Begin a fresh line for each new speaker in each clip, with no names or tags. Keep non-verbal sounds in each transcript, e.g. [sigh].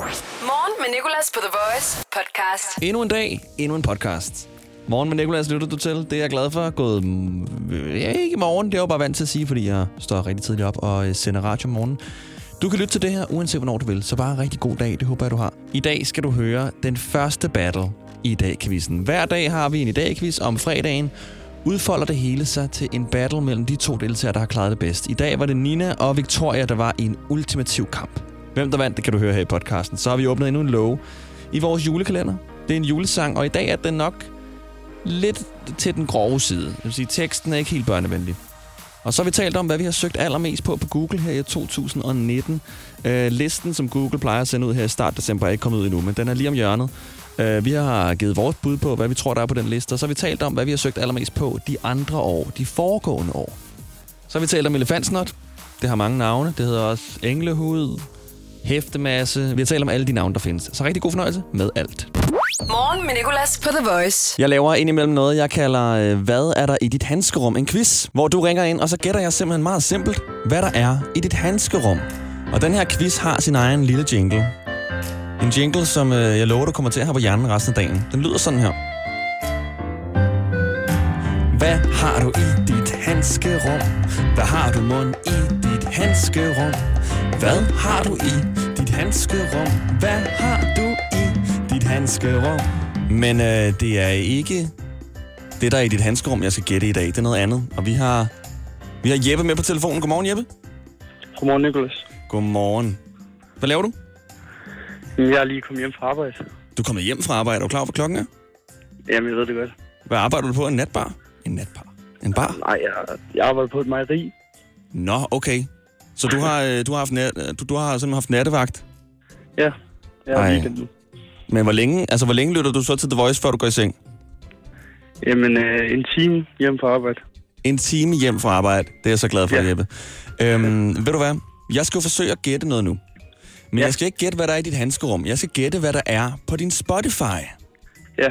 Morgen med Nicolas på The Voice podcast.
Endnu en dag, endnu en podcast. Morgen med Nicolas lytter du til. Det er jeg glad for. Gået mm, ja, ikke i morgen, det er jeg jo bare vant til at sige, fordi jeg står rigtig tidligt op og øh, sender radio om morgenen. Du kan lytte til det her, uanset hvornår du vil. Så bare en rigtig god dag, det håber jeg, du har. I dag skal du høre den første battle i dag-quizzen. Hver dag har vi en i dag-quiz om fredagen. Udfolder det hele sig til en battle mellem de to deltagere, der har klaret det bedst. I dag var det Nina og Victoria, der var i en ultimativ kamp. Hvem der vandt, det kan du høre her i podcasten. Så har vi åbnet endnu en låge i vores julekalender. Det er en julesang, og i dag er den nok lidt til den grove side. Det vil sige, teksten er ikke helt børnevenlig. Og så har vi talt om, hvad vi har søgt allermest på på Google her i 2019. Øh, listen, som Google plejer at sende ud her i start december, er ikke kommet ud endnu, men den er lige om hjørnet. Øh, vi har givet vores bud på, hvad vi tror, der er på den liste, og så har vi talt om, hvad vi har søgt allermest på de andre år, de foregående år. Så har vi talt om elefantsnot. Det har mange navne. Det hedder også englehud, hæftemasse. Vi har talt om alle de navne, der findes. Så rigtig god fornøjelse med alt.
Morgen med Nicolas på The Voice.
Jeg laver indimellem noget, jeg kalder øh, Hvad er der i dit handskerum? En quiz, hvor du ringer ind, og så gætter jeg simpelthen meget simpelt, hvad der er i dit handskerum. Og den her quiz har sin egen lille jingle. En jingle, som øh, jeg lover, du kommer til at have på hjernen resten af dagen. Den lyder sådan her. Hvad har du i dit handskerum? Hvad har du mund i dit handskerum? Hvad har du i dit handskerum? Hvad har du i dit handskerum? Men øh, det er ikke det, der er i dit handskerum, jeg skal gætte i dag. Det er noget andet. Og vi har, vi har Jeppe med på telefonen. Godmorgen, Jeppe.
Godmorgen, Nicolas.
Godmorgen. Hvad laver du?
Jeg er lige kommet hjem fra arbejde.
Du er kommet hjem fra arbejde. Er du klar, over, hvad klokken er?
Jamen, jeg ved det godt.
Hvad arbejder du på? En natbar? En natbar? En bar?
Nej, jeg, jeg arbejder på et mejeri.
Nå, okay. Så du har, øh, du har, haft, nat, øh, du, du har simpelthen haft nattevagt.
Ja, jeg
Ej.
er weekend nu.
Men hvor længe, altså, hvor længe lytter du så til The Voice, før du går i seng?
Jamen, øh, en time hjem fra arbejde.
En time hjem fra arbejde. Det er jeg så glad for, ja.
Ja.
Jeppe. Øhm, ved du hvad? Jeg skal jo forsøge at gætte noget nu. Men ja.
Ja.
jeg skal ikke gætte, hvad der er i dit handskerum. Jeg skal gætte, hvad der er på din Spotify.
Ja,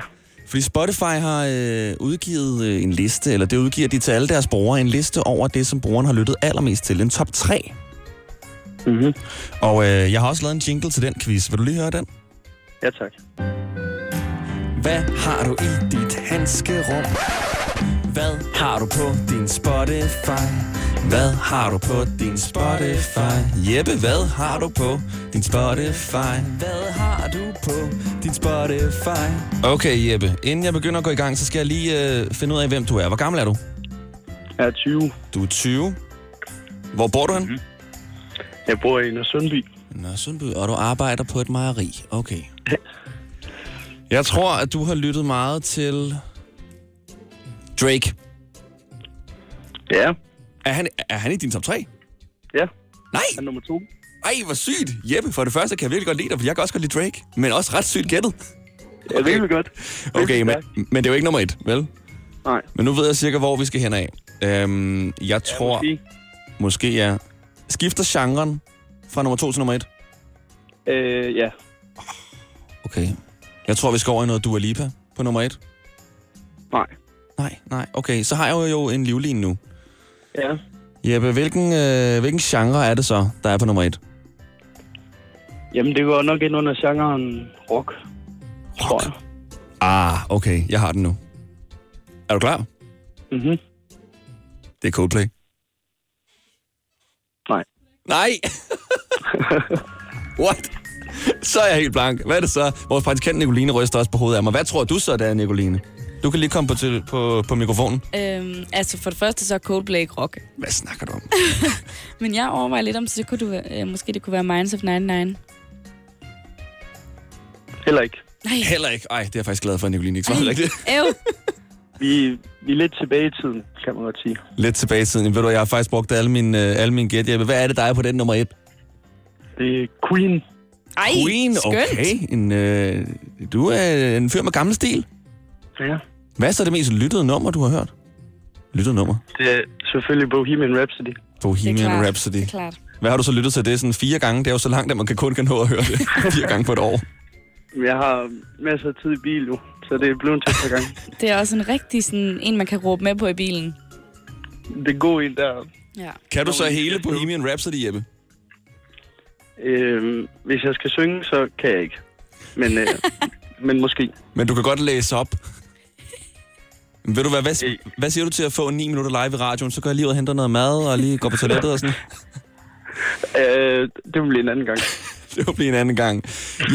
Fordi Spotify har øh, udgivet øh, en liste, eller det udgiver de til alle deres brugere, en liste over det, som brugeren har lyttet allermest til. En top 3.
Mhm.
Og øh, jeg har også lavet en jingle til den quiz. Vil du lige høre den?
ja tak.
Hvad har du i dit handskerum? Hvad har du på din Spotify? Hvad har du på din Spotify? Jeppe, hvad har du på din Spotify? Hvad har du på din Spotify? Okay, Jeppe. Inden jeg begynder at gå i gang, så skal jeg lige øh, finde ud af, hvem du er. Hvor gammel er du?
Jeg er 20.
Du er 20. Hvor bor du hen?
Jeg bor i Søndby.
Nå, Sundby, og du arbejder på et mejeri.
[laughs]
Okay. Jeg tror, at du har lyttet meget til Drake.
Ja,
Er han, er han i din top 3?
ja. Han er
Nej!
nummer to.
Ej, hvor sygt! Jeppe, for det første kan jeg virkelig godt lide dig, for jeg kan også godt lide Drake. Men også ret sygt gættet.
Jeg ved det godt.
Okay,
Virkelig
men,
stærkt.
men det er jo ikke nummer et, vel?
Nej,
Men nu ved jeg cirka, hvor vi skal hen af. Øhm, jeg tror,
måske.
måske ja. Skifter genren fra nummer 2 til nummer 1?
Øh, ja.
Okay. Jeg tror, vi skal over i noget Dua Lipa på nummer 1.
Nej.
Nej, nej. Okay, så har jeg jo en livlin nu.
Ja.
Jeppe, hvilken, øh, hvilken genre er det så, der er på nummer et?
Jamen, det går nok ind under genren rock. Tror jeg.
Ah, okay. Jeg har den nu. Er du klar?
Mhm.
Det er Coldplay.
Nej. [laughs]
Nej! What? Så er jeg helt blank. Hvad er det så? Vores praktikant Nicoline ryster også på hovedet af mig. Hvad tror du så, det er, Nicoline? Du kan lige komme på, til, på, på mikrofonen.
Øhm, altså for det første så er Coldplay ikke rock.
Hvad snakker du om?
[laughs] Men jeg overvejer lidt om, så det kunne du, øh, måske det kunne være Minds of 99.
Heller ikke.
Nej,
Heller ikke. Ej, det er jeg faktisk glad for, at Nicoline ikke svarede rigtigt.
Øv.
Vi, vi er lidt tilbage i tiden, kan man godt sige.
Lidt tilbage i tiden. Ved du, jeg har faktisk brugt alle mine, øh, alle mine gæt. Jeppe. Hvad er det, der er på den nummer et?
Det er Queen.
Ej,
Queen,
skønt.
okay. En, øh, du er en fyr med gammel stil.
Ja.
Hvad er så det mest lyttede nummer, du har hørt? Lyttede nummer?
Det er selvfølgelig Bohemian Rhapsody.
Det er
Bohemian
klart.
Rhapsody.
Det er klart.
Hvad har du så lyttet til? Det er sådan fire gange. Det er jo så langt, at man kan kun kan nå at høre
[laughs]
det. fire gange på et år.
Jeg har masser af tid i bil nu, så det er blevet til par
[laughs]
gange.
Det er også en rigtig sådan, en, man kan råbe med på i bilen.
Det er god en der.
Ja.
Kan du så hele Bohemian Rhapsody, Jeppe?
Øh, hvis jeg skal synge, så kan jeg ikke. Men, øh, men måske.
Men du kan godt læse op. Men Ved du hvad, hvad,
Øh.
hvad siger du til at få 9 minutter live i radioen? Så går jeg lige ud og henter noget mad, og lige går på toilettet og sådan.
[laughs] Øh, det bliver en anden gang.
[laughs] Det må blive en anden gang.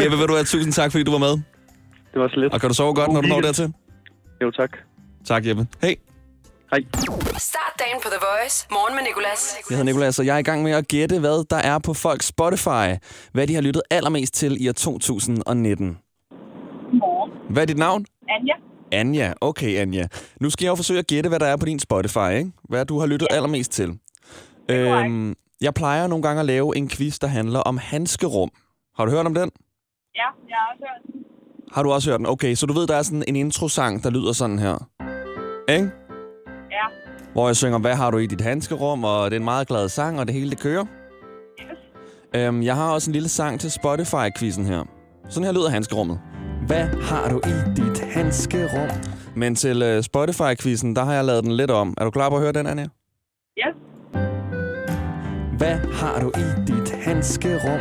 Jeppe, ved du hvad, tusind tak, fordi du var med.
Det var så lidt.
Og kan du sove godt, når du når dertil?
Jo, tak.
Tak, Jeppe. Hej.
Hej.
Start dagen på The Voice. Morgen med Nicolas.
Jeg hedder Nicolas, og jeg er i gang med at gætte, hvad der er på folks Spotify. Hvad de har lyttet allermest til i år 2019.
Morgen.
Hvad er dit navn?
Anja.
Anja. Okay, Anja. Nu skal jeg jo forsøge at gætte, hvad der er på din Spotify, ikke? Hvad du har lyttet allermest til. Øhm, jeg plejer nogle gange at lave en quiz, der handler om handskerum. Har du hørt om den?
Ja, jeg har også hørt.
Har du også hørt den? Okay, så du ved, der er sådan en introsang, der lyder sådan her. Ikke?
Ja.
Hvor jeg synger, hvad har du i dit handskerum, og det er en meget glad sang, og det hele det kører. Øhm, jeg har også en lille sang til Spotify-quizzen her. Sådan her lyder handskerummet. Hvad har du i dit handskerum? Men til øh, Spotify-quizzen, der har jeg lavet den lidt om. Er du klar på at høre den, Anja?
Ja.
Hvad har du i dit handskerum?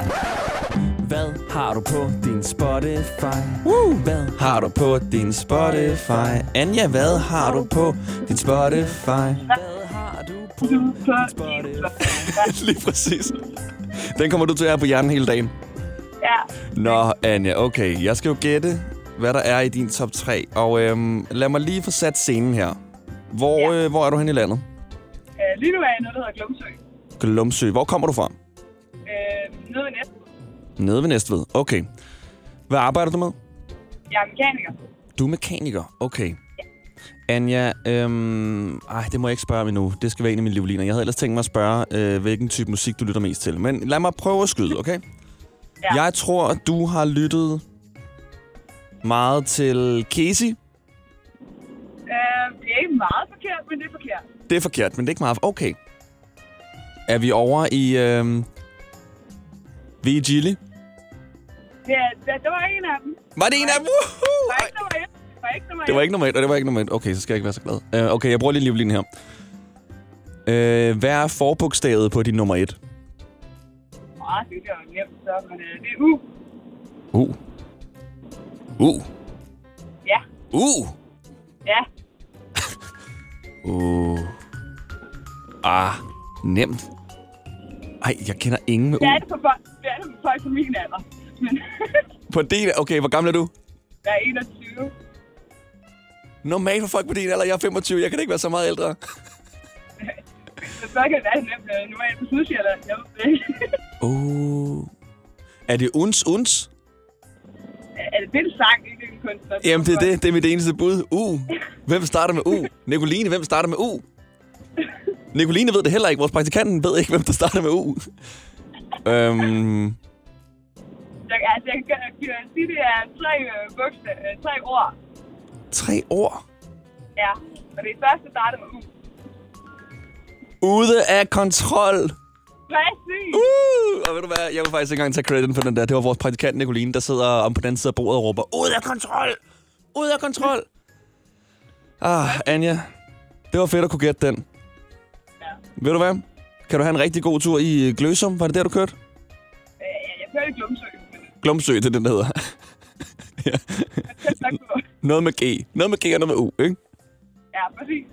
Hvad har du på din Spotify? Woo! Uh, Hvad har du på din Spotify? Anja, hvad har du på din Spotify? Hvad har du på din Spotify? [laughs] Lige præcis. Den kommer du til at have på hjernen hele dagen.
Ja.
Nå, Anja, okay. Jeg skal jo gætte, hvad der er i din top 3. Og øhm, lad mig lige få sat scenen her. Hvor, ja.
Ja.
øh, hvor er du hen i landet?
Øh, lige nu er jeg i noget, der hedder Glumsø.
Glumsø. Hvor kommer du fra?
Øh, nede ved næsten.
Nede ved Næstved. Okay. Hvad arbejder du med?
Jeg er mekaniker.
Du er mekaniker. Okay. Anja, øhm, ej, det må jeg ikke spørge om endnu. Det skal være en af mine livliner. Jeg havde ellers tænkt mig at spørge, øh, hvilken type musik du lytter mest til. Men lad mig prøve at skyde, okay?
Ja.
Jeg tror, at du har lyttet meget til Casey.
Øh, det er ikke meget forkert, men det er forkert.
Det er forkert, men det er ikke meget. Okay. Er vi over i... Øh, Vigili?
Det er, der, der var en af dem.
Var det en af dem? Woohoo!
Der var
Ej.
ikke nummer et. Der var ikke nummer
Det var ikke normalt,
et.
og det var ikke normalt. Okay, så skal jeg ikke være så glad. Uh, okay, jeg bruger lige livlinen her. Uh, hvad er forbogstavet på din nummer et?
Åh, det er jo nemt, så, men øh, det er u.
U. U.
Ja.
U.
Ja.
Uh. Ah, nemt. Ej, jeg kender ingen med
Det er
U.
det for folk, det er det for folk på min alder. Men
På din... Okay, hvor gammel er du?
jeg er 21.
Normalt for folk på din alder. Jeg er 25. Jeg kan da ikke være så meget ældre.
Så så kan det være nemt. Øh, Nu er jeg på Sydsjælland. Jeg ved det ikke.
Uh. Er det uns, uns?
er det en sang, ikke en kunstner?
Jamen, det er det. Det er mit eneste bud. U. Hvem starter med U? Nicoline, hvem starter med U? Nicoline ved det heller ikke. Vores praktikanten ved ikke, hvem der starter med U. Øhm,
Jeg, altså, jeg kan, jeg kan sige, det er tre, øh, bogstav, øh, tre ord.
tre år.
Ja. Og det første starter med U.
Ude af kontrol.
Præcis.
Uh! Og ved du hvad, jeg vil faktisk ikke engang tage credit for den der. Det var vores praktikant Nicoline, der sidder om på den anden side af bordet og råber, ud af kontrol! Ud af kontrol! Ah, Anja, det var fedt at kunne gætte den.
Ja.
Ved du hvad? Kan du have en rigtig god tur i Gløsum? Var det der, du kørte?
Øh, jeg kører i Glumsø. men
Glumsø, det er den, der hedder. [laughs]
[laughs]
ja.
det er nok på.
Noget med G. Noget med G og noget med U, ikke?
Ja, præcis.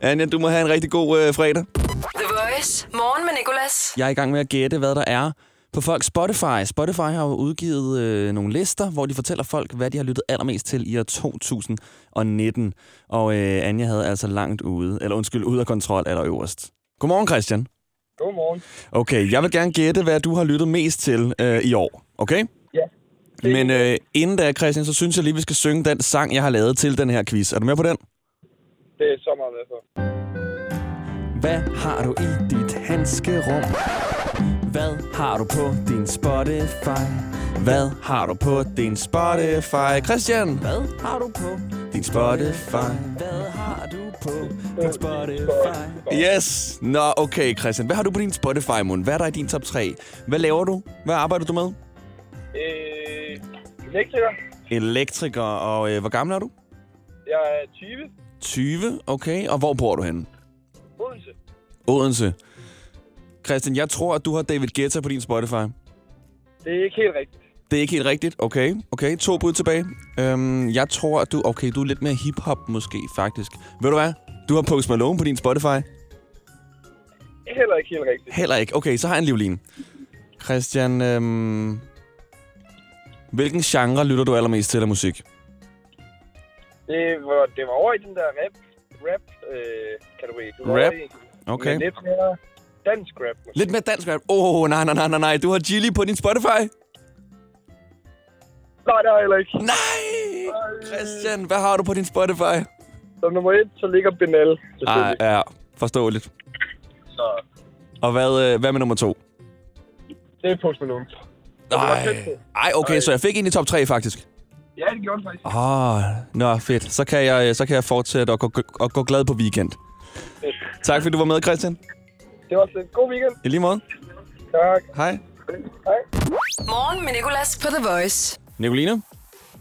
Anja, du må have en rigtig god øh, fredag.
The Voice. Morgen med Nicolas.
Jeg er i gang med at gætte, hvad der er på folks Spotify. Spotify har jo udgivet øh, nogle lister, hvor de fortæller folk, hvad de har lyttet allermest til i år 2019. Og øh, Anja havde altså langt ude, eller undskyld, ude af kontrol eller øverst. Godmorgen, Christian.
Godmorgen.
Okay, jeg vil gerne gætte, hvad du har lyttet mest til øh, i år, okay?
Ja.
Men øh, inden da, Christian, så synes jeg lige, vi skal synge den sang, jeg har lavet til den her quiz. Er du med på den?
Det er altså. så meget med for.
Hvad har du i dit handskerum? Hvad har du på din Spotify? Hvad har du på din Spotify? Christian! Hvad har du på din Spotify? Hvad har du på din Spotify? Yes! Nå, okay, Christian. Hvad har du på din Spotify, Mon? Hvad er der i din top 3? Hvad laver du? Hvad arbejder du med?
Øh, elektriker.
Elektriker, og øh, hvor gammel er du?
Jeg er 20.
20, okay. Og hvor bor du henne?
Odense.
Odense. Christian, jeg tror, at du har David Guetta på din Spotify.
Det er ikke helt rigtigt.
Det er ikke helt rigtigt. Okay, okay. To bud tilbage. Øhm, jeg tror, at du... Okay, du er lidt mere hip-hop måske, faktisk. Ved du hvad? Du har Post Malone på din Spotify.
Heller ikke helt rigtigt.
Heller ikke. Okay, så har jeg en livlin. Christian, øhm, hvilken genre lytter du allermest til af musik?
Det var, det var over i den der rap, rap øh, kategori. Det var
Rap?
over i-
Okay.
Men lidt mere dansk rap. måske.
Lidt mere dansk rap. Åh, oh, nej, nej, nej, nej, nej. Du har Gilly på din Spotify.
Nej, det har jeg heller ikke.
Nej! Christian, hvad har du på din Spotify?
Som nummer et, så ligger Benal.
Ej,
selvfølgelig.
Ah, ja, forståeligt.
Så
Og hvad, øh, hvad med nummer to?
det er Post Malone.
Nej.
tæt på.
Ej, okay, så jeg fik en i top 3, faktisk.
Ja, det gjorde det faktisk.
Åh, oh, nå, fedt. Så kan jeg, så kan jeg fortsætte og gå, og gå glad på weekend. Tak, fordi du var med, Christian.
Det var også en god weekend.
I lige måde.
Tak.
Hej.
Hej.
Morgen med Nicolas på The Voice.
Nicoline.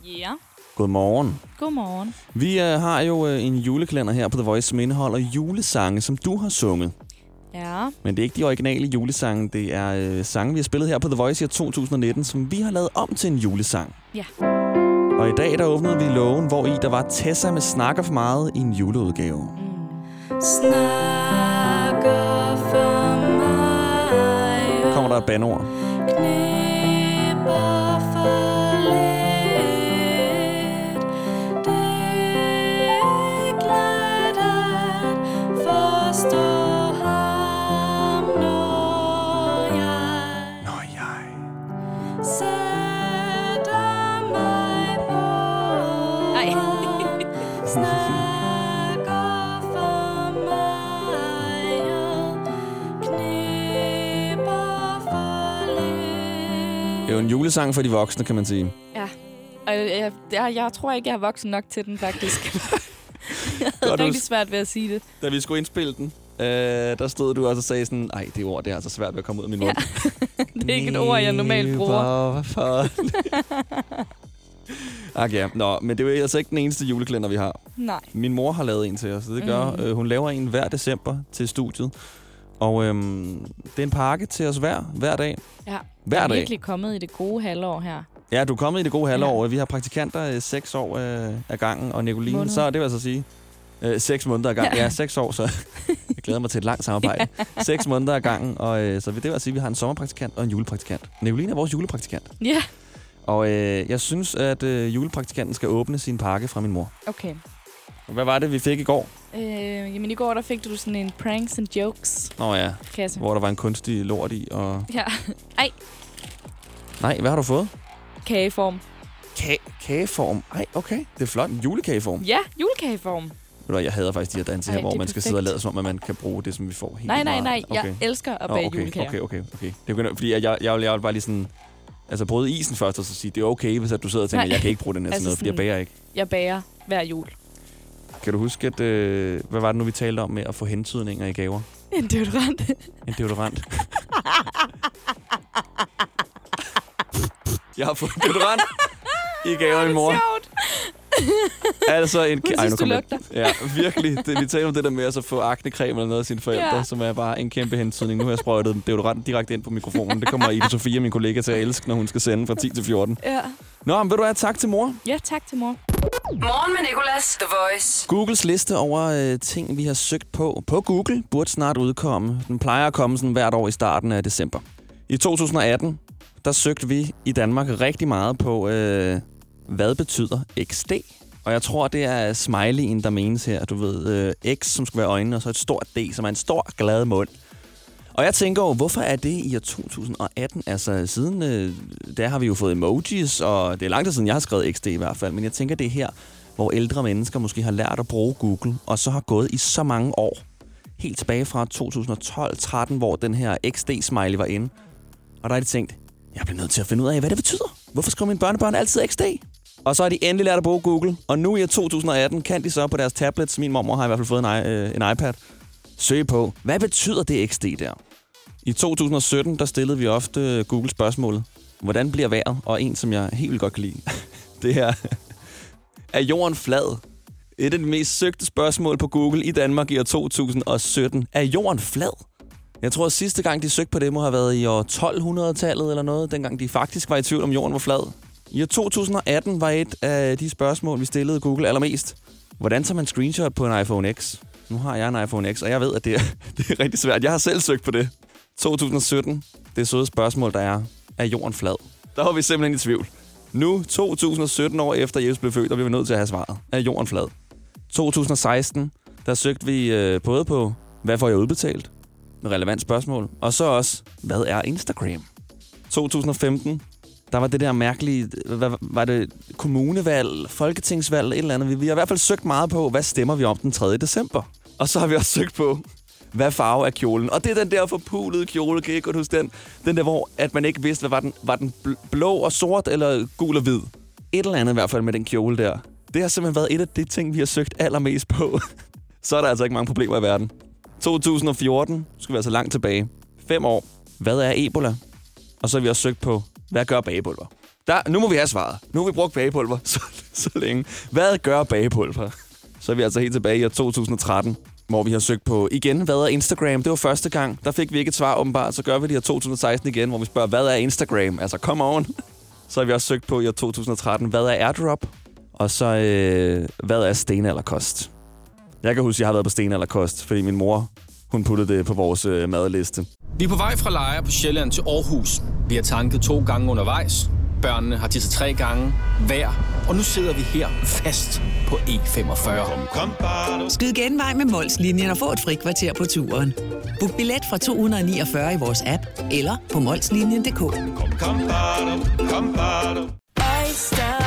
Ja.
Godmorgen.
Godmorgen.
Vi øh, har jo øh, en julekalender her på The Voice, som indeholder julesange, som du har sunget.
Ja.
Men det er ikke de originale julesange, det er øh, sange, vi har spillet her på The Voice i år 2019, som vi har lavet om til en julesang.
Ja.
Og i dag, der åbnede vi lågen, hvor i der var Tessa med Snakker for meget i en juleudgave.
Snakker for mig
Kommer der et
og
bandord.
knipper for lidt. Det er klart at forstå ham, når jeg
Nå, jeg...
sætter mig på
Nej.
ham.
[laughs]
Snakker for mig og knipper for lidt.
Det er jo en julesang for de voksne, kan man sige.
ja. Og jeg, jeg, jeg tror ikke, jeg er voksen nok til den,
[laughs]
faktisk. jeg havde
Godt, du-
rigtig svært ved at sige det.
Da vi skulle indspille den, øh, der stod du også og sagde sådan, ej, det ord, det er altså svært ved at komme ud af min mund. Ja.
Det er ikke et ord, jeg normalt bruger.
Hvorfor? Ak ja, nå, men det er jo altså ikke den eneste julekalender, vi har.
Nej. Mhm.
Min mor har lavet en til os, og det gør, mm. øh, hun laver en hver december til studiet. Og øhm, det er en pakke til os hver, hver dag.
Ja.
Hver
Jeg er
dag.
virkelig kommet i det gode halvår her.
Ja, du er kommet i det gode halvår. Vi har praktikanter øh, seks år øh, af gangen, og Nicoline,
Måneder.
så er det vil altså sige... Øh, seks måneder ad gangen. Ja. ja, seks år, så jeg glæder mig til et langt
[laughs]
samarbejde. Seks måneder ad gangen, og øh, så vil det vil sige, at vi har en sommerpraktikant og en julepraktikant. Nicoline er vores julepraktikant.
Ja.
Og øh, jeg synes, at øh, julepraktikanten skal åbne sin pakke fra min mor.
Okay.
Hvad var det, vi fik i går?
Øh, jamen i går, der fik du sådan en pranks and jokes
Nå ja,
kasse.
hvor der var en kunstig lort i, og...
Ja. Ej,
Nej, hvad har du fået?
kageform.
Ka- kageform. Ej, okay. Det er flot. En julekageform.
Ja, julekageform.
Ved du hvad, jeg hader faktisk de her danse her,
Ej,
hvor
det er
man skal sidde og
perfekt.
lade som om, at man kan bruge det, som vi får helt
Nej, nej, nej.
meget.
Jeg elsker at
Nå,
bage
okay,
julekager.
okay, okay, okay. Det begynder, fordi jeg, jeg, jeg, vil- jeg vil bare lige sådan... Altså bryde isen først, og så sige, det er okay, hvis at du sidder og tænker,
Nej.
jeg kan ikke bruge den her
Altså
altså noget, fordi jeg
sådan-
bager ikke.
Jeg bager hver jul.
Kan du huske, at, øh, hvad var det nu, vi talte om med at få hentydninger i gaver?
[laughs] En deodorant.
En deodorant. jeg har fået en deodorant i gave af min mor.
Sjovt.
Altså en...
Hun synes,
nu
du
kom jeg-
lugter.
Ja, virkelig. Det, vi taler om det der med at så få aknecreme eller noget af sine forældre, ja.
Ja.
som er bare en kæmpe hentydning. Nu har jeg sprøjtet deodorant direkte ind på mikrofonen. Det kommer Ida Sofia, min kollega, til at elske, når hun skal sende fra 10 til 14.
Ja.
Nå, men ved du hvad? Tak til mor.
ja, tak til mor.
Morgen med Nicolas. The Voice.
Googles liste over øh, ting, vi har søgt på på Google, burde snart udkomme. Den plejer at komme sådan hvert år i starten af december. I 2018, der søgte vi i Danmark rigtig meget på, øh, hvad betyder XD? Og jeg tror, det er smileyen, der menes her. Du ved, øh, X, som skal være øjnene, og så et stort D, som er en stor, glad mund. Og jeg tænker jo, hvorfor er det i år 2018? Altså, siden øh, der har vi jo fået emojis, og det er lang tid siden, jeg har skrevet XD i hvert fald. Men jeg tænker, det er her, hvor ældre mennesker måske har lært at bruge Google, og så har gået i så mange år. Helt tilbage fra 2012-13, hvor den her XD-smiley var inde. Og der har de tænkt, jeg bliver nødt til at finde ud af, hvad det betyder. Hvorfor skriver mine børnebørn altid XD? Og så har de endelig lært at bruge Google, og nu i år 2018 kan de så på deres tablets, min mormor har i hvert fald fået en, i- øh, en iPad, søge på, hvad betyder det XD der? I 2017, der stillede vi ofte Google spørgsmålet, hvordan bliver vejret? Og en, som jeg helt vildt godt kan lide, [laughs] det her, er jorden flad? Et af de mest søgte spørgsmål på Google i Danmark i år 2017. Er jorden flad? Jeg tror, at sidste gang, de søgte på det, må have været i år 1200-tallet eller noget, dengang de faktisk var i tvivl om jorden var flad. I år 2018 var et af de spørgsmål, vi stillede Google allermest. Hvordan tager man screenshot på en iPhone X? Nu har jeg en iPhone X, og jeg ved, at det er, [laughs] det er rigtig svært. Jeg har selv søgt på det. 2017, det søde spørgsmål, der er, er jorden flad? Der var vi simpelthen i tvivl. Nu, 2017 år efter Jesus blev født, og vi var nødt til at have svaret. Er jorden flad? 2016, der søgte vi øh, både på, hvad får jeg udbetalt? Med relevant spørgsmål. Og så også, hvad er Instagram? 2015, der var det der mærkelige, øh, hvad var det, kommunevalg, folketingsvalg, et eller andet. Vi, vi har i hvert fald søgt meget på, hvad stemmer vi om den 3. december? Og så har vi også søgt på, hvad farve er kjolen? Og det er den der forpulede kjole, kan I godt huske den? Den der, hvor at man ikke vidste, hvad var den, var den bl- blå og sort, eller gul og hvid? Et eller andet i hvert fald med den kjole der. Det har simpelthen været et af de ting, vi har søgt allermest på. [laughs] så er der altså ikke mange problemer i verden. 2014, nu skal vi altså langt tilbage. Fem år. Hvad er Ebola? Og så har vi også søgt på, hvad gør bagepulver? Der, nu må vi have svaret. Nu har vi brugt bagepulver [laughs] så, så længe. Hvad gør bagepulver? Så er vi altså helt tilbage i år 2013, hvor vi har søgt på igen, hvad er Instagram? Det var første gang. Der fik vi ikke et svar åbenbart. Så gør vi det i år 2016 igen, hvor vi spørger, hvad er Instagram? Altså, come on. Så har vi også søgt på i år 2013, hvad er airdrop? Og så, øh, hvad er stenalderkost? Jeg kan huske, at jeg har været på stenalderkost, fordi min mor, hun puttede det på vores øh, madliste.
Vi er på vej fra Lejre på Sjælland til Aarhus. Vi har tanket to gange undervejs. Børnene har tisset tre gange hver. Og nu sidder vi her fast på E45.
Skyd genvej med Molslinjen og få et frikvarter på turen. Book billet fra 249 i vores app eller på molslinjen.dk.
Oyster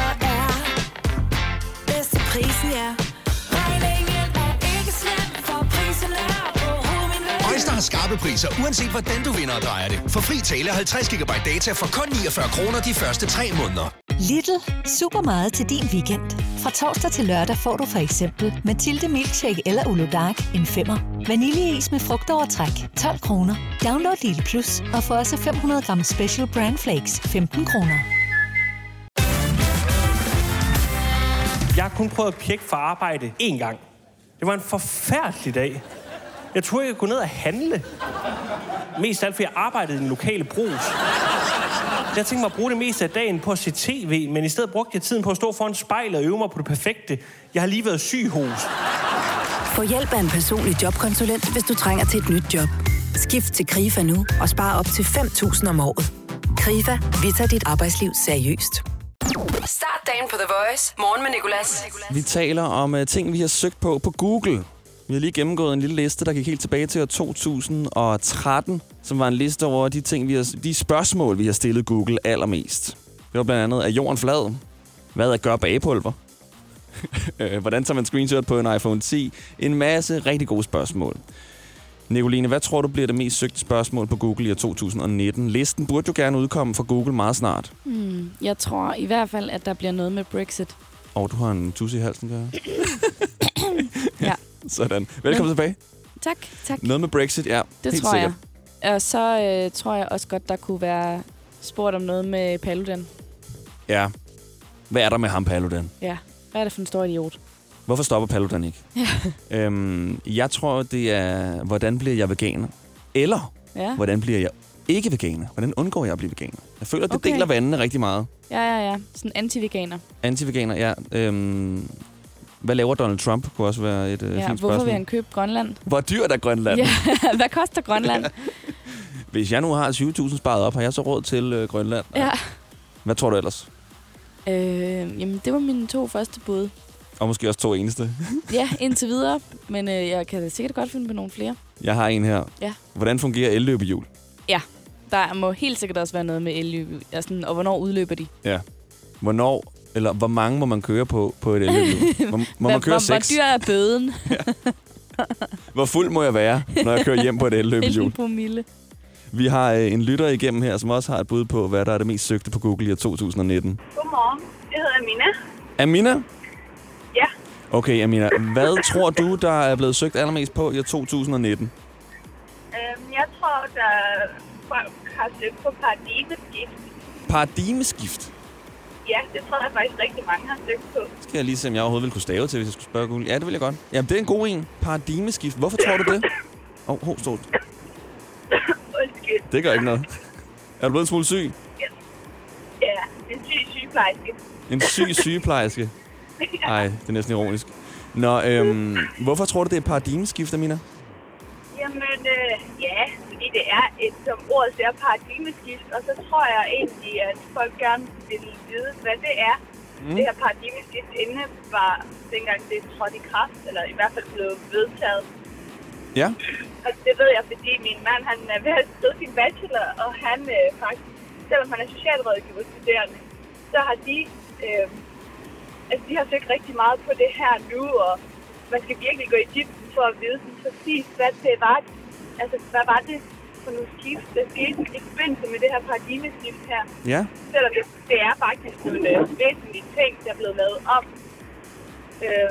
er bedst til prisen, ja. Regningen er ikke slem, for prisen er overhovedet
Øjster har skarpe priser, uanset hvordan du vinder og drejer det. For fri tale 50 GB data for kun 49 kroner de første 3 måneder.
Little. Super meget til din weekend. Fra torsdag til lørdag får du for eksempel Mathilde Milkshake eller Ulo Dark en femmer. Vaniljeis med frugtovertræk 12 kroner. Download Little Plus og få også 500 gram Special Brand Flakes 15 kroner.
Jeg har kun prøvet at pjekke for arbejde én gang. Det var en forfærdelig dag. Jeg troede, jeg kunne gå ned og handle. Mest af alt, fordi jeg arbejdede i den lokale brus. Jeg tænkte mig at bruge det meste af dagen på at se tv, men i stedet brugte jeg tiden på at stå foran spejlet og øve mig på det perfekte. Jeg har lige været syg hos.
Få hjælp af en personlig jobkonsulent, hvis du trænger til et nyt job. Skift til KRIFA nu og spar op til 5.000 om året. KRIFA, vi tager dit arbejdsliv seriøst.
Start dagen på The Voice. Morgen med Nicolas.
Vi taler om uh, ting, vi har søgt på på Google. Vi har lige gennemgået en lille liste, der gik helt tilbage til år 2013, som var en liste over de, ting, vi har, de spørgsmål, vi har stillet Google allermest. Det var blandt andet, er jorden flad? Hvad er gør bagepulver? [laughs] Øh, Hvordan tager man screenshot på en iPhone 10? En masse rigtig gode spørgsmål. Nicoline, hvad tror du bliver det mest søgte spørgsmål på Google i år 2019? Listen burde jo gerne udkomme fra Google meget snart.
[laughs] Hmm, jeg tror i hvert fald, at der bliver noget med Brexit.
Og du har en tusse i halsen, der.
Ja.
Sådan. Velkommen
Men-
tilbage.
Tak, tak.
Noget med Brexit, ja.
Det
helt
tror
sikkert.
jeg. Og så øh, tror jeg også godt, der kunne være spurgt om noget med Paludan.
Ja. Hvad er der med ham, Paludan?
Ja. Hvad er det for en stor idiot?
Hvorfor stopper Paludan ikke? [laughs] øhm, jeg tror, det er, hvordan bliver jeg veganer? Eller,
Ja.
hvordan bliver jeg ikke veganer? Hvordan undgår jeg at blive veganer? Jeg føler, det
Okay.
deler vandene rigtig meget.
Ja, ja, ja. Sådan anti-veganer.
Anti-veganer, ja. Øhm, hvad laver Donald Trump? Kunne også være et øh,
Ja,
fint
hvorfor
spørgsmål.
vil han købe Grønland?
Hvor dyrt er Grønland?
Ja, [laughs] hvad koster
[laughs]
Grønland?
Hvis jeg nu har 20.000 sparet op, har jeg så råd til øh, Grønland?
ja.
Hvad tror du ellers?
Øh, jamen, det var mine to første bud.
Og måske også to eneste.
Ja, indtil videre. Men øh, jeg kan da sikkert godt finde på nogle flere.
Jeg har en her.
Ja.
Hvordan fungerer elløbehjul?
Ja, der må helt sikkert også være noget med elløb. Ja, sådan, og hvornår udløber de?
Ja. Hvornår, eller hvor mange må man køre på på
[laughs]
et elløbehjul? Må, må man køre
hvor,
seks?
hvor dyr er
[laughs]
bøden?
Hvor fuld må jeg være, når jeg kører hjem på et
[laughs]
elløbehjul?
Hvilken promille?
Vi har øh, en lytter igennem her, som også har et bud på, hvad der er det mest søgte på Google i år 2019.
Godmorgen. Jeg hedder Mina.
Amina?
Ja.
Okay, Amina. Hvad tror du, der er blevet søgt allermest på i år 2019?
Øhm, jeg tror, der folk har søgt på paradigmeskift.
Paradigmeskift.
Ja, det tror jeg faktisk rigtig mange har søgt på.
Skal jeg lige se, om jeg overhovedet ville kunne stave til, hvis jeg skulle spørge Google? Ja, det vil jeg godt. Jamen, det er en god en. Paradigmeskift. Hvorfor tror du det? Åh, oh, host, host. Det gør ikke noget. Er du blevet en smule syg?
Ja, en syg sygeplejerske.
En syg [laughs] sygeplejerske? Nej, det er næsten ironisk. Nå, øhm, hvorfor tror du, det er et paradigmeskift, Amina?
Jamen, øh, ja, fordi det er et, som ordet er paradigmeskift, og så tror jeg egentlig, at folk gerne vil vide, hvad det er.
Mm.
Mm. Det her paradigmeskift inde var dengang det trådte i kraft, eller i hvert fald blev vedtaget.
Ja.
Og det ved jeg, fordi min mand han er ved at skrive sin bachelor, og han øh, faktisk, selvom han er socialrådgiver studerende, så har de, øh, altså de har søgt rigtig meget på det her nu, og man skal virkelig gå i dybden for at vide sådan præcis, hvad det var, altså hvad var det for nogle skift, der skete i forbindelse med det her paradigmeskift her.
Ja.
Selvom det, det er faktisk nogle øh, væsentlige ting, der er blevet lavet om. Øh,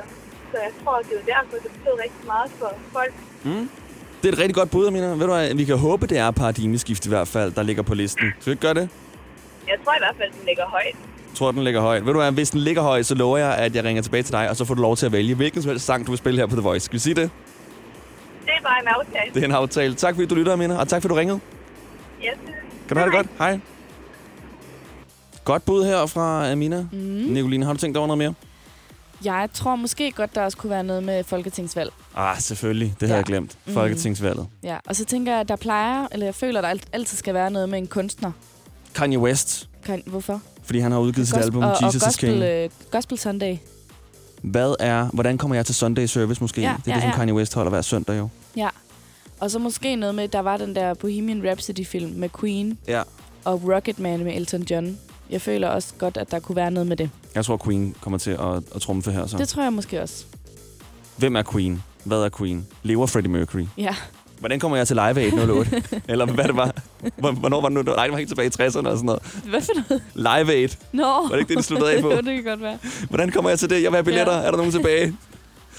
så jeg tror, det er derfor, det betød rigtig meget for folk.
Mm. Det er et rigtig godt bud, Amina. Ved du hvad, vi kan håbe, det er et paradigmeskift i hvert fald, der ligger på listen. Skal vi ikke gøre det?
Jeg tror i hvert fald, den ligger højt.
Jeg tror, den ligger højt. Ved du hvad, hvis den ligger højt, så lover jeg, at jeg ringer tilbage til dig, og så får du lov til at vælge, hvilken som helst sang, du vil spille her på The Voice. Skal vi sige det?
Det er bare en aftale.
Det er en aftale. Tak fordi du lytter, Amina, og tak fordi du ringede.
Yes.
Kan du have det godt? Hej. Godt bud her fra Amina. Mm. Nicoline, har du tænkt over noget mere?
Jeg tror måske godt, der også kunne være noget med folketingsvalg.
Ah, selvfølgelig. Det havde ja. jeg glemt.
Mhm.
Folketingsvalget.
Ja, og så tænker jeg, at der plejer, eller jeg føler, at der alt- altid skal være noget med en kunstner.
Mm. Kanye West,
Kan, hvorfor?
fordi han har udgivet sit
Gos-
album
og,
Jesus
og
is King.
gospel, øh, gospel Sunday.
Hvad er, hvordan kommer jeg til Sunday Service måske?
Ja,
det er
ja,
det, som
ja.
Kanye West holder hver søndag jo.
Ja. Og så måske noget med, der var den der Bohemian Rhapsody-film med Queen
Ja.
og Rocketman med Elton John. Jeg føler også godt, at der kunne være noget med det.
Jeg tror, Queen kommer til at, at trumfe her så.
Så. Det tror jeg måske også.
Hvem er Queen? Hvad er Queen? Lever Freddie Mercury?
Ja. [laughs]
Hvordan kommer jeg til Live Aid 08? Eller hvad det var? Hvor- Hvornår var det nu? Nej, det var helt tilbage i 60'erne og sådan noget.
Hvad for noget?
Live Aid.
Nå.
Var det ikke det, det sluttede
[laughs]
af på?
jo, det kan godt være.
Hvordan kommer jeg til det? Jeg vil have billetter.
Ja.
Er der nogen tilbage?
En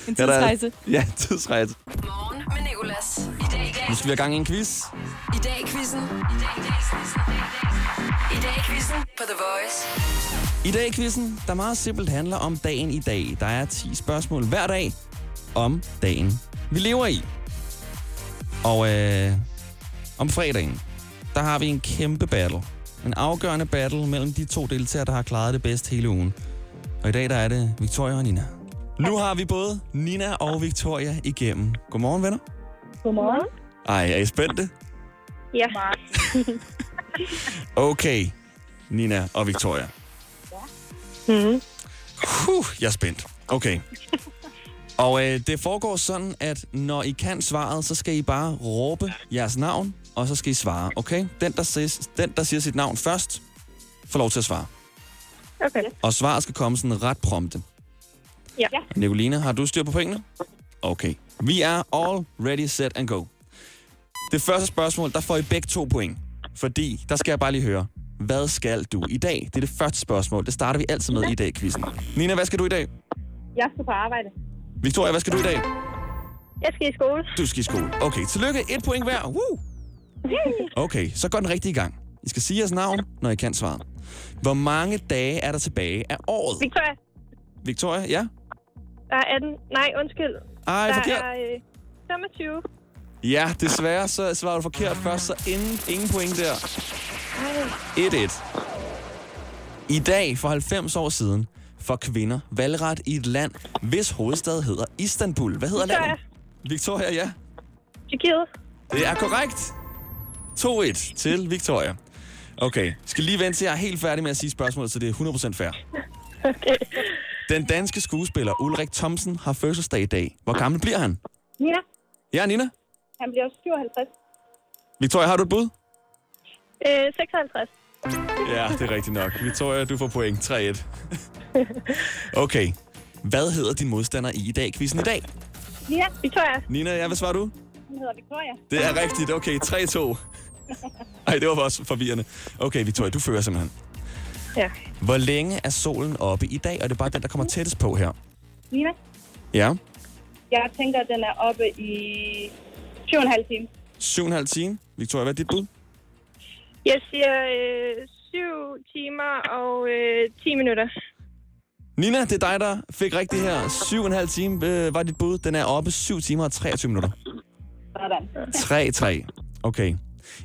Er der-
tidsrejse.
Ja, en tidsrejse.
Morgen med Nicolas. I dag i dag.
Nu skal vi have gang i en quiz.
I dag i quizzen. I dag i dag quizzen. I dag i quizzen på The Voice.
I dag i quizzen, der meget simpelt handler om dagen i dag. Der er 10 spørgsmål hver dag om dagen, vi lever i. Og øh, om fredagen, der har vi en kæmpe battle. En afgørende battle mellem de to deltagere, der har klaret det bedst hele ugen. Og i dag, der er det Victoria og Nina. Nu har vi både Nina og Victoria igennem. Godmorgen, venner.
Godmorgen.
Ej, er I spændte?
Ja.
Okay, Nina og Victoria.
mm.
Mm-hmm.
Puh, jeg er spændt. Okay. Og øh, det foregår sådan, at når I kan svaret, så skal I bare råbe jeres navn, og så skal I svare, okay? Den, der siger, den, der siger sit navn først, får lov til at svare.
[laughs] Okay.
Og svaret skal komme sådan ret prompte.
Ja.
Nicoline, har du styr på pengene? Okay. Vi er all ready, set and go. Det første spørgsmål, der får I begge to point. Fordi, der skal jeg bare lige høre, hvad skal du i dag? Det er det første spørgsmål. Det starter vi altid med i dag, quizzen. Nina, hvad skal du i dag?
Jeg skal på arbejde.
Victoria, hvad skal du i dag?
Jeg skal i skole.
Du skal i skole. Okay, tillykke. Et point hver. Woo! Okay, så går den rigtig i gang. I skal sige jeres navn, når I kan svaret. Hvor mange dage er der tilbage af året?
Victoria,
Victoria, ja?
der er 18. Nej, undskyld.
Ej,
der
forkert.
er øh, 25.
Ja, desværre så svarer du forkert først, så ingen, ingen point der.
Ej.
1-1. I dag, for 90 år siden, får kvinder valgret i et land, hvis hovedstad hedder Istanbul. Hvad hedder landet? Victoria, ja.
Tyrkiet.
Det er korrekt. 2-1 til Victoria. Okay, skal lige vente til jeg er helt færdig med at sige spørgsmålet, så det er 100% fair.
Okay.
Den danske skuespiller Ulrik Thomsen har fødselsdag i dag. Hvor gammel bliver han?
Ja,
Ja, Nina?
han bliver 57.
Victoria, har du et bud?
Øh, 56.
Ja, det er rigtigt nok. Victoria, du får point. 3-1. Okay. Hvad hedder din modstander i i dag? Quizzen i dag.
Ja, Victoria.
Nina, ja, hvad svarer du?
Hun hedder Victoria.
Det er rigtigt. Okay, 3-2. Ej, det var også forvirrende. Okay, Victoria, du fører simpelthen.
Ja.
Hvor længe er solen oppe i dag? Og det er bare den, der kommer tættest på her.
Nina,
Ja.
jeg tænker, at den er oppe i 7,5 timer.
7,5 time. Victoria, hvad er dit bud?
Jeg siger øh, 7 timer og øh, 10 minutter.
Nina, det er dig, der fik rigtigt her. 7,5 time øh, var dit bud. Den er oppe 7 timer og 23 minutter.
Sådan.
3-3. Okay.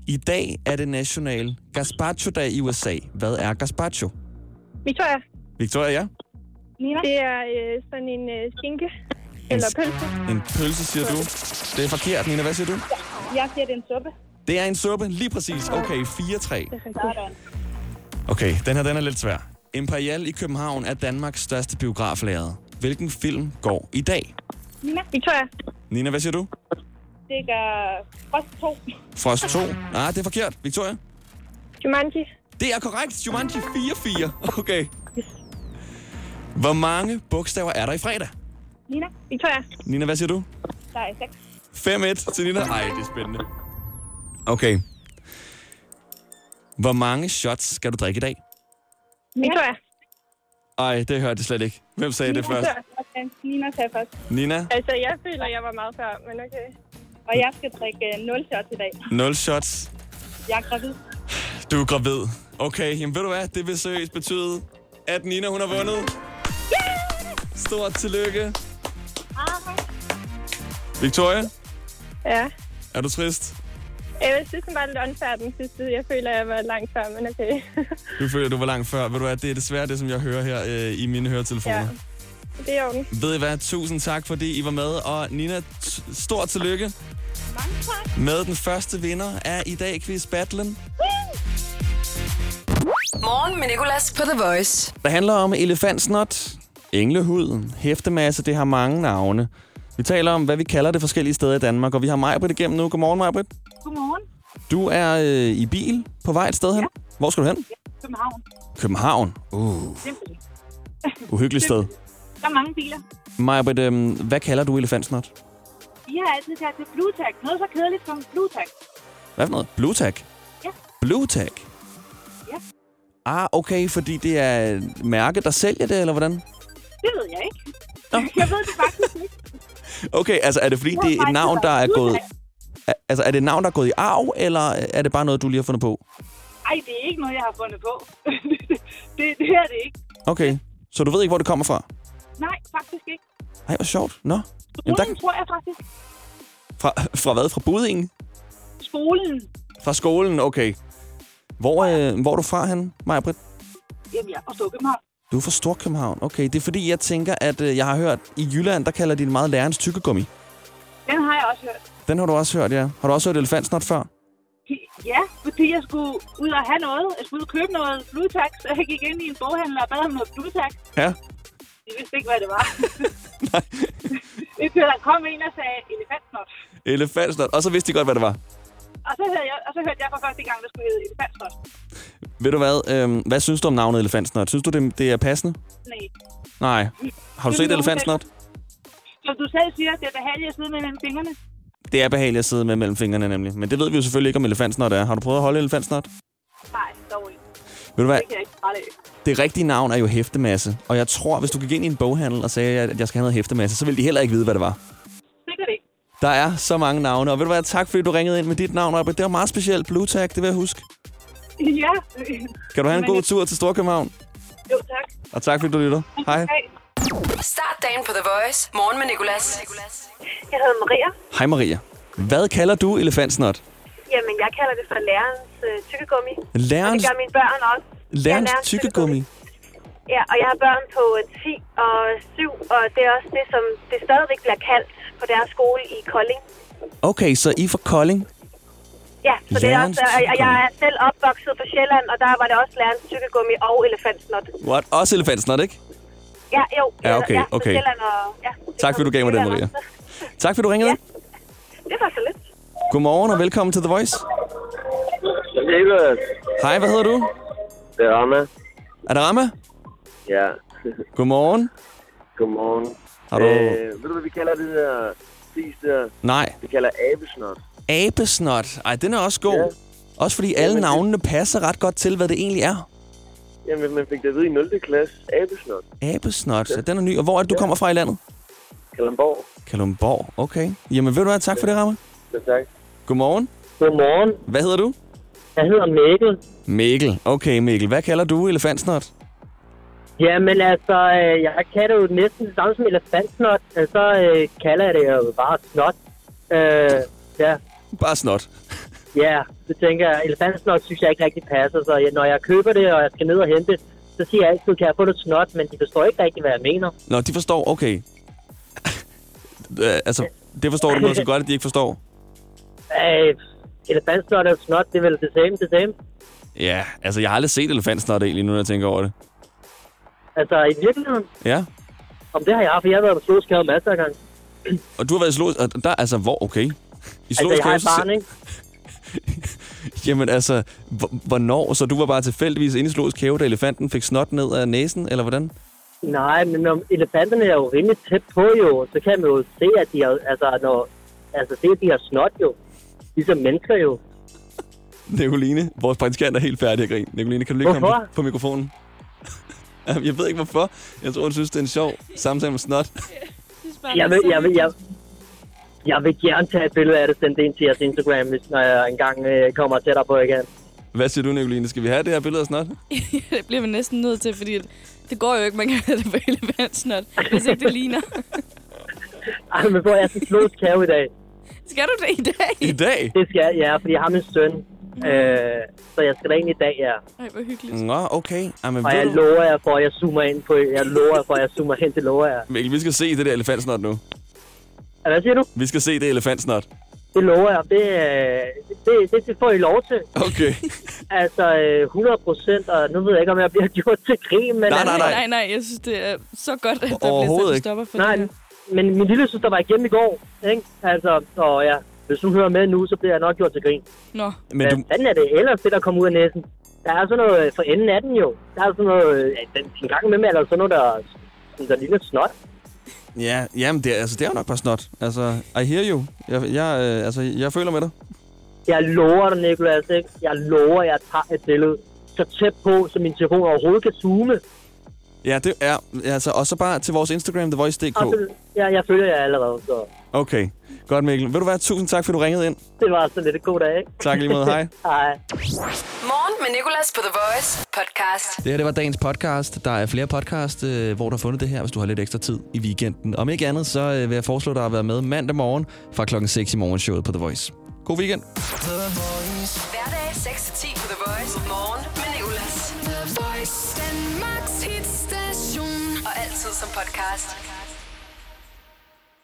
I dag er det national gazpacho-dag i USA. Hvad er gazpacho?
Victoria,
Victoria, ja?
Nina? det er øh, sådan en øh, skinke. Eller pølse.
En pølse, siger du. Det er forkert, Nina. Hvad siger du?
Jeg siger, det er en suppe.
Det er en suppe, lige præcis. Okay, 4-3.
Sådan.
Okay, den her den er lidt svær. Imperial i København er Danmarks største biograflager. Hvilken film går i dag?
Nina? Victoria?
Nina, hvad siger du?
Det gør Frost 2.
Frost 2? Ah, det er forkert. Victoria?
Jumanji.
Det er korrekt. Jumanji 4-4. Okay. Hvor mange bogstaver er der i fredag?
Nina? Victoria,
Nina, hvad siger du?
der er seks.
5-1 til Nina. Ej, det er spændende. Okay. Hvor mange shots skal du drikke i dag?
Victoria.
Ej, det hørte jeg slet ikke. Hvem sagde det først?
Okay. Nina sagde først.
Nina?
Altså, jeg føler, jeg var meget før, men okay. Og jeg skal drikke øh, 0 shots i dag.
0 shots.
Jeg er gravid.
Du er gravid. Okay, jamen ved du hvad? Det vil seriøst betyde, at Nina hun har vundet. Stort tillykke. Victoria,
Ja.
er du trist?
Jeg synes, det var lidt unfair den sidste. Jeg føler, jeg var langt før, men okay.
Du føler, du var langt før. Ved du hvad? Det er desværre det, som jeg hører her øh, i mine høretelefoner.
Ja. Det er i orden.
Ved I hvad? Tusind tak, fordi I var med. Og Nina, t- stort tillykke med den første vinder af i dag quiz battlen.
Morgen med Nicolas på The Voice.
Det handler om elefantsnot, englehud, hæftemasse. Det har mange navne. Vi taler om, hvad vi kalder det forskellige steder i Danmark, og vi har Majbrit igennem nu. Godmorgen, Majbrit.
Godmorgen.
Du er øh, i bil på vej et sted hen. Hvor skal du hen?
København.
København. Uh,
Simpelthen.
uhyggeligt sted.
Der er mange biler.
Majbrit, øh, hvad kalder du elefantsnot?
I har altid taget til Blue Tag. Noget så kedeligt som Blue Tag.
Hvad for noget? Blue tag?
Ja.
Blue tag?
Ja.
Ah, okay, fordi det er et mærke, der sælger det, eller hvordan?
Det ved jeg ikke. Jeg ved det faktisk ikke.
Okay, altså er det fordi, det er et navn, der er gået... A- Altså, er det et navn, der er gået i arv, eller er det bare noget, du lige har fundet på?
Ej, det er ikke noget, jeg har fundet på. [laughs] det, det er det ikke.
Okay, så du ved ikke, hvor det kommer fra?
Nej, faktisk ikke.
Ej, hvor sjovt. Nå. Jamen, der,
Skolen, tror jeg faktisk.
fra, fra hvad? Fra budingen?
Skolen.
Fra skolen, okay. Hvor, øh, hvor er du fra, han, Maja Britt?
Jamen, jeg forstår København.
Du er fra Storkøbenhavn. Okay, det er fordi, jeg tænker, at øh, jeg har hørt, i Jylland, der kalder de det meget lærerens tykkegummi.
Den har jeg også hørt.
Den har du også hørt, ja. Har du også hørt elefantsnot før?
Ja, fordi jeg skulle ud og have noget. Jeg skulle ud og købe noget Bluetax, så [laughs] jeg gik ind i en boghandler og bad om noget Bluetax.
Ja.
De vidste ikke, hvad det
[laughs]
var. [laughs] Indtil der kom en og sagde, elefantsnot.
Elefantsnot. Og så vidste de godt, hvad det var.
Og så, hørte jeg, og så hørte jeg for første gang, der skulle hedde elefantsnot.
Ved du hvad? Øhm, hvad synes du om navnet elefantsnot? Synes du, det, det er passende?
Nej.
Nej. Har du
Det er
set
nogen,
elefantsnot?
Som du selv siger, det er behageligt at sidde med mellem fingrene.
Det er behageligt at sidde med mellem fingrene, nemlig. Men det ved vi jo selvfølgelig ikke, om elefantsnot er. Har du prøvet at holde elefantsnot?
Nej, dog ikke.
Ved du hvad?
Det kan jeg ikke bare lade.
Det rigtige navn er jo hæftemasse. Og jeg tror, hvis du gik ind i en boghandel og sagde, at jeg skal have noget hæftemasse, så ville de heller ikke vide, hvad det var.
Sikkert ikke.
Der er så mange navne. Og ved du hvad? Tak, fordi du ringede ind med dit navn, Robert. Det var meget specielt. Blue Tag, det vil jeg huske.
[laughs]
Ja.
Kan du have en
Men
god
jeg-
tur til Storkøbenhavn?
Jo, tak.
Og tak, fordi du
[laughs]
lytter. Hej.
Start dagen på The Voice. Morgen med Nicolas.
Jeg hedder Maria.
Hej, Maria. Hvad kalder du elefantsnot?
Jamen, jeg kalder det for lærerens øh, tykkegummi. Og
Lærerens,
det gør mine børn også.
lærerens
lærerens
tykkegummi.
Ja, og jeg har børn på øh, 10 og 7, og det er også det, som det stadigvæk bliver kaldt på deres skole i Kolding.
Okay, så I er fra Kolding.
Ja, så det er
Lærerens
også, og og jeg er selv opvokset på Sjælland, og der var det også lærerens tykkegummi og elefantsnot.
What? Også elefantsnot, ikke?
Ja, jo.
Ja, okay,
ja, på
okay.
Sjælland og, ja, det
Tak, fordi du gav mig den,
Sjælland
Maria.
også.
Tak, fordi du ringede. ind.
Det var så lidt.
Godmorgen og velkommen til The Voice.
Nicolas,
Hej, hvad hedder du?
det er Rama.
Er det Rama?
Ja,
Godmorgen.
godmorgen.
Har du-
Øh, ved du, hvad vi kalder det der fis der?
Nej.
Vi kalder abesnot.
Abesnot. Ej, den er også god. Ja. Også fordi alle navnene passer ret godt til, hvad det egentlig er.
Jamen, man fik det at vide i 0. klasse. Abesnot.
Abesnot. Ja. Den er ny. Og hvor er det, du kommer fra i landet?
Kalamborg.
Kalumborg. Okay. Jamen, ved du hvad? Tak for det, Rama.
Så tak.
Godmorgen.
Godmorgen.
Hvad hedder du?
Jeg hedder Mikkel.
Mikkel. Okay, Mikkel. Hvad kalder du elefantsnot?
Jamen altså, øh, jeg kan det jo næsten det samme som elefantsnot, øh, så øh, kalder jeg det jo bare snot. Øh, ja,
Bare snot.
Ja, det tænker jeg. Elefantsnot synes jeg ikke rigtig passer, så jeg, når jeg køber det, og jeg skal ned og hente det, så siger jeg altid, kan jeg få noget snot, men de forstår ikke rigtig, hvad jeg mener.
Nå, de forstår, okay. [laughs] Øh, altså, det forstår du måske godt, at de ikke forstår.
Øh, elefantsnot og snot, det er vel det samme, det samme.
Ja, altså, jeg har aldrig set elefantsnot egentlig, nu når jeg tænker over det.
Altså, i virkeligheden,
Ja,
om det har jeg, for jeg har været på slåskade masser af gange.
og du har været i Zoologisk... Og der, altså, hvor, okay. I
altså, jeg har et
Zoologisk Have,
barn, ikke?
så- [laughs] Jamen, altså, hv- hvornår? Så du var bare tilfældigvis inde i Zoologisk Have, da elefanten fik snot ned af næsen, eller hvordan?
Nej, men når elefanterne er jo rimelig tæt på jo, så kan man jo se, at de har, altså, når, altså, se, at de har snot jo. Ligesom mennesker jo.
Nicoline, vores praktikant er helt færdig at grine. Nicoline, kan du lige komme
Hvorfor?
på, på mikrofonen? [laughs] Jamen, jeg ved ikke, hvorfor. Jeg tror, hun synes, det er en sjov samtale med snot.
Jeg vil, jeg vil, jeg, jeg vil gerne tage et billede af det, sende det ind til jeres Instagram, hvis når jeg engang øh, kommer tættere på igen.
Hvad siger du, Nicoline? Skal vi have det her billede af snot?
det bliver man næsten nødt til, fordi det går jo ikke, man kan have det på elefantsnot, hvis ikke det
[laughs]
ligner.
Ej, men hvor er sådan slået kæve i dag?
Skal du det i dag?
I dag?
Det skal jeg, ja, fordi jeg har min søn. Øh, så jeg skal da ind i dag, ja.
Ej, hvor hyggeligt.
Nå, okay. Jamen,
Og jeg
ved du...
lover jer for, at jeg zoomer ind på Jeg lover jer for, at jeg zoomer ind til lover jer.
Mikkel, vi skal se det der elefantsnot nu.
Hvad siger du?
Vi skal se det elefantsnot.
Det lover jeg. Det, øh, det, det, det får I lov til.
Okay.
[laughs] Altså, øh, 100 procent, og nu ved jeg ikke, om jeg bliver [laughs] gjort til grin, men... altså-
nej, nej. nej, nej, jeg synes, det er så godt, at der bliver sat
Overhovedet
en
ikke.
stopper for
Nej,
det her.
men min lille søster var igennem i går, ikke? Altså, og ja, hvis hun hører med nu, så bliver jeg nok gjort til grin.
Nå.
Men
du... Hvordan er det ellers, det der kommer ud af næsen? Der er sådan noget øh, for enden af den jo. Der er sådan noget... øh, ja, den- En gang med mig er der sådan noget, der, sådan der ligner snot.
Ja, jamen, det er, altså, det er jo nok bare snot. Altså, I hear you. Jeg, jeg, øh, altså, jeg føler med dig.
Jeg lover dig, Nicolas, ikke? Jeg lover, jeg tager et billede så tæt på, så min telefon overhovedet kan zoome.
Ja, det er... Altså, og så bare til vores Instagram, thevoice.dk.
Og så, ja, jeg følger jer allerede, så...
Okay. Godt, Mikkel. Vil du være tusind tak, fordi du ringede ind.
Det var sådan lidt en god dag, ikke?
Tak lige måde. Hej.
Hej.
Morgen med Nicolas på The Voice podcast.
Det her det var dagens podcast. Der er flere podcast, øh, hvor du har fundet det her, hvis du har lidt ekstra tid i weekenden. Om ikke andet, så øh, vil jeg foreslå dig at være med mandag morgen fra klokken 6 i morgenshowet på The Voice. God weekend.
The Voice. Hverdag 6-10 på The Voice. Morgen med Nicolas. The Voice. Danmarks hitstation. Og altid som podcast.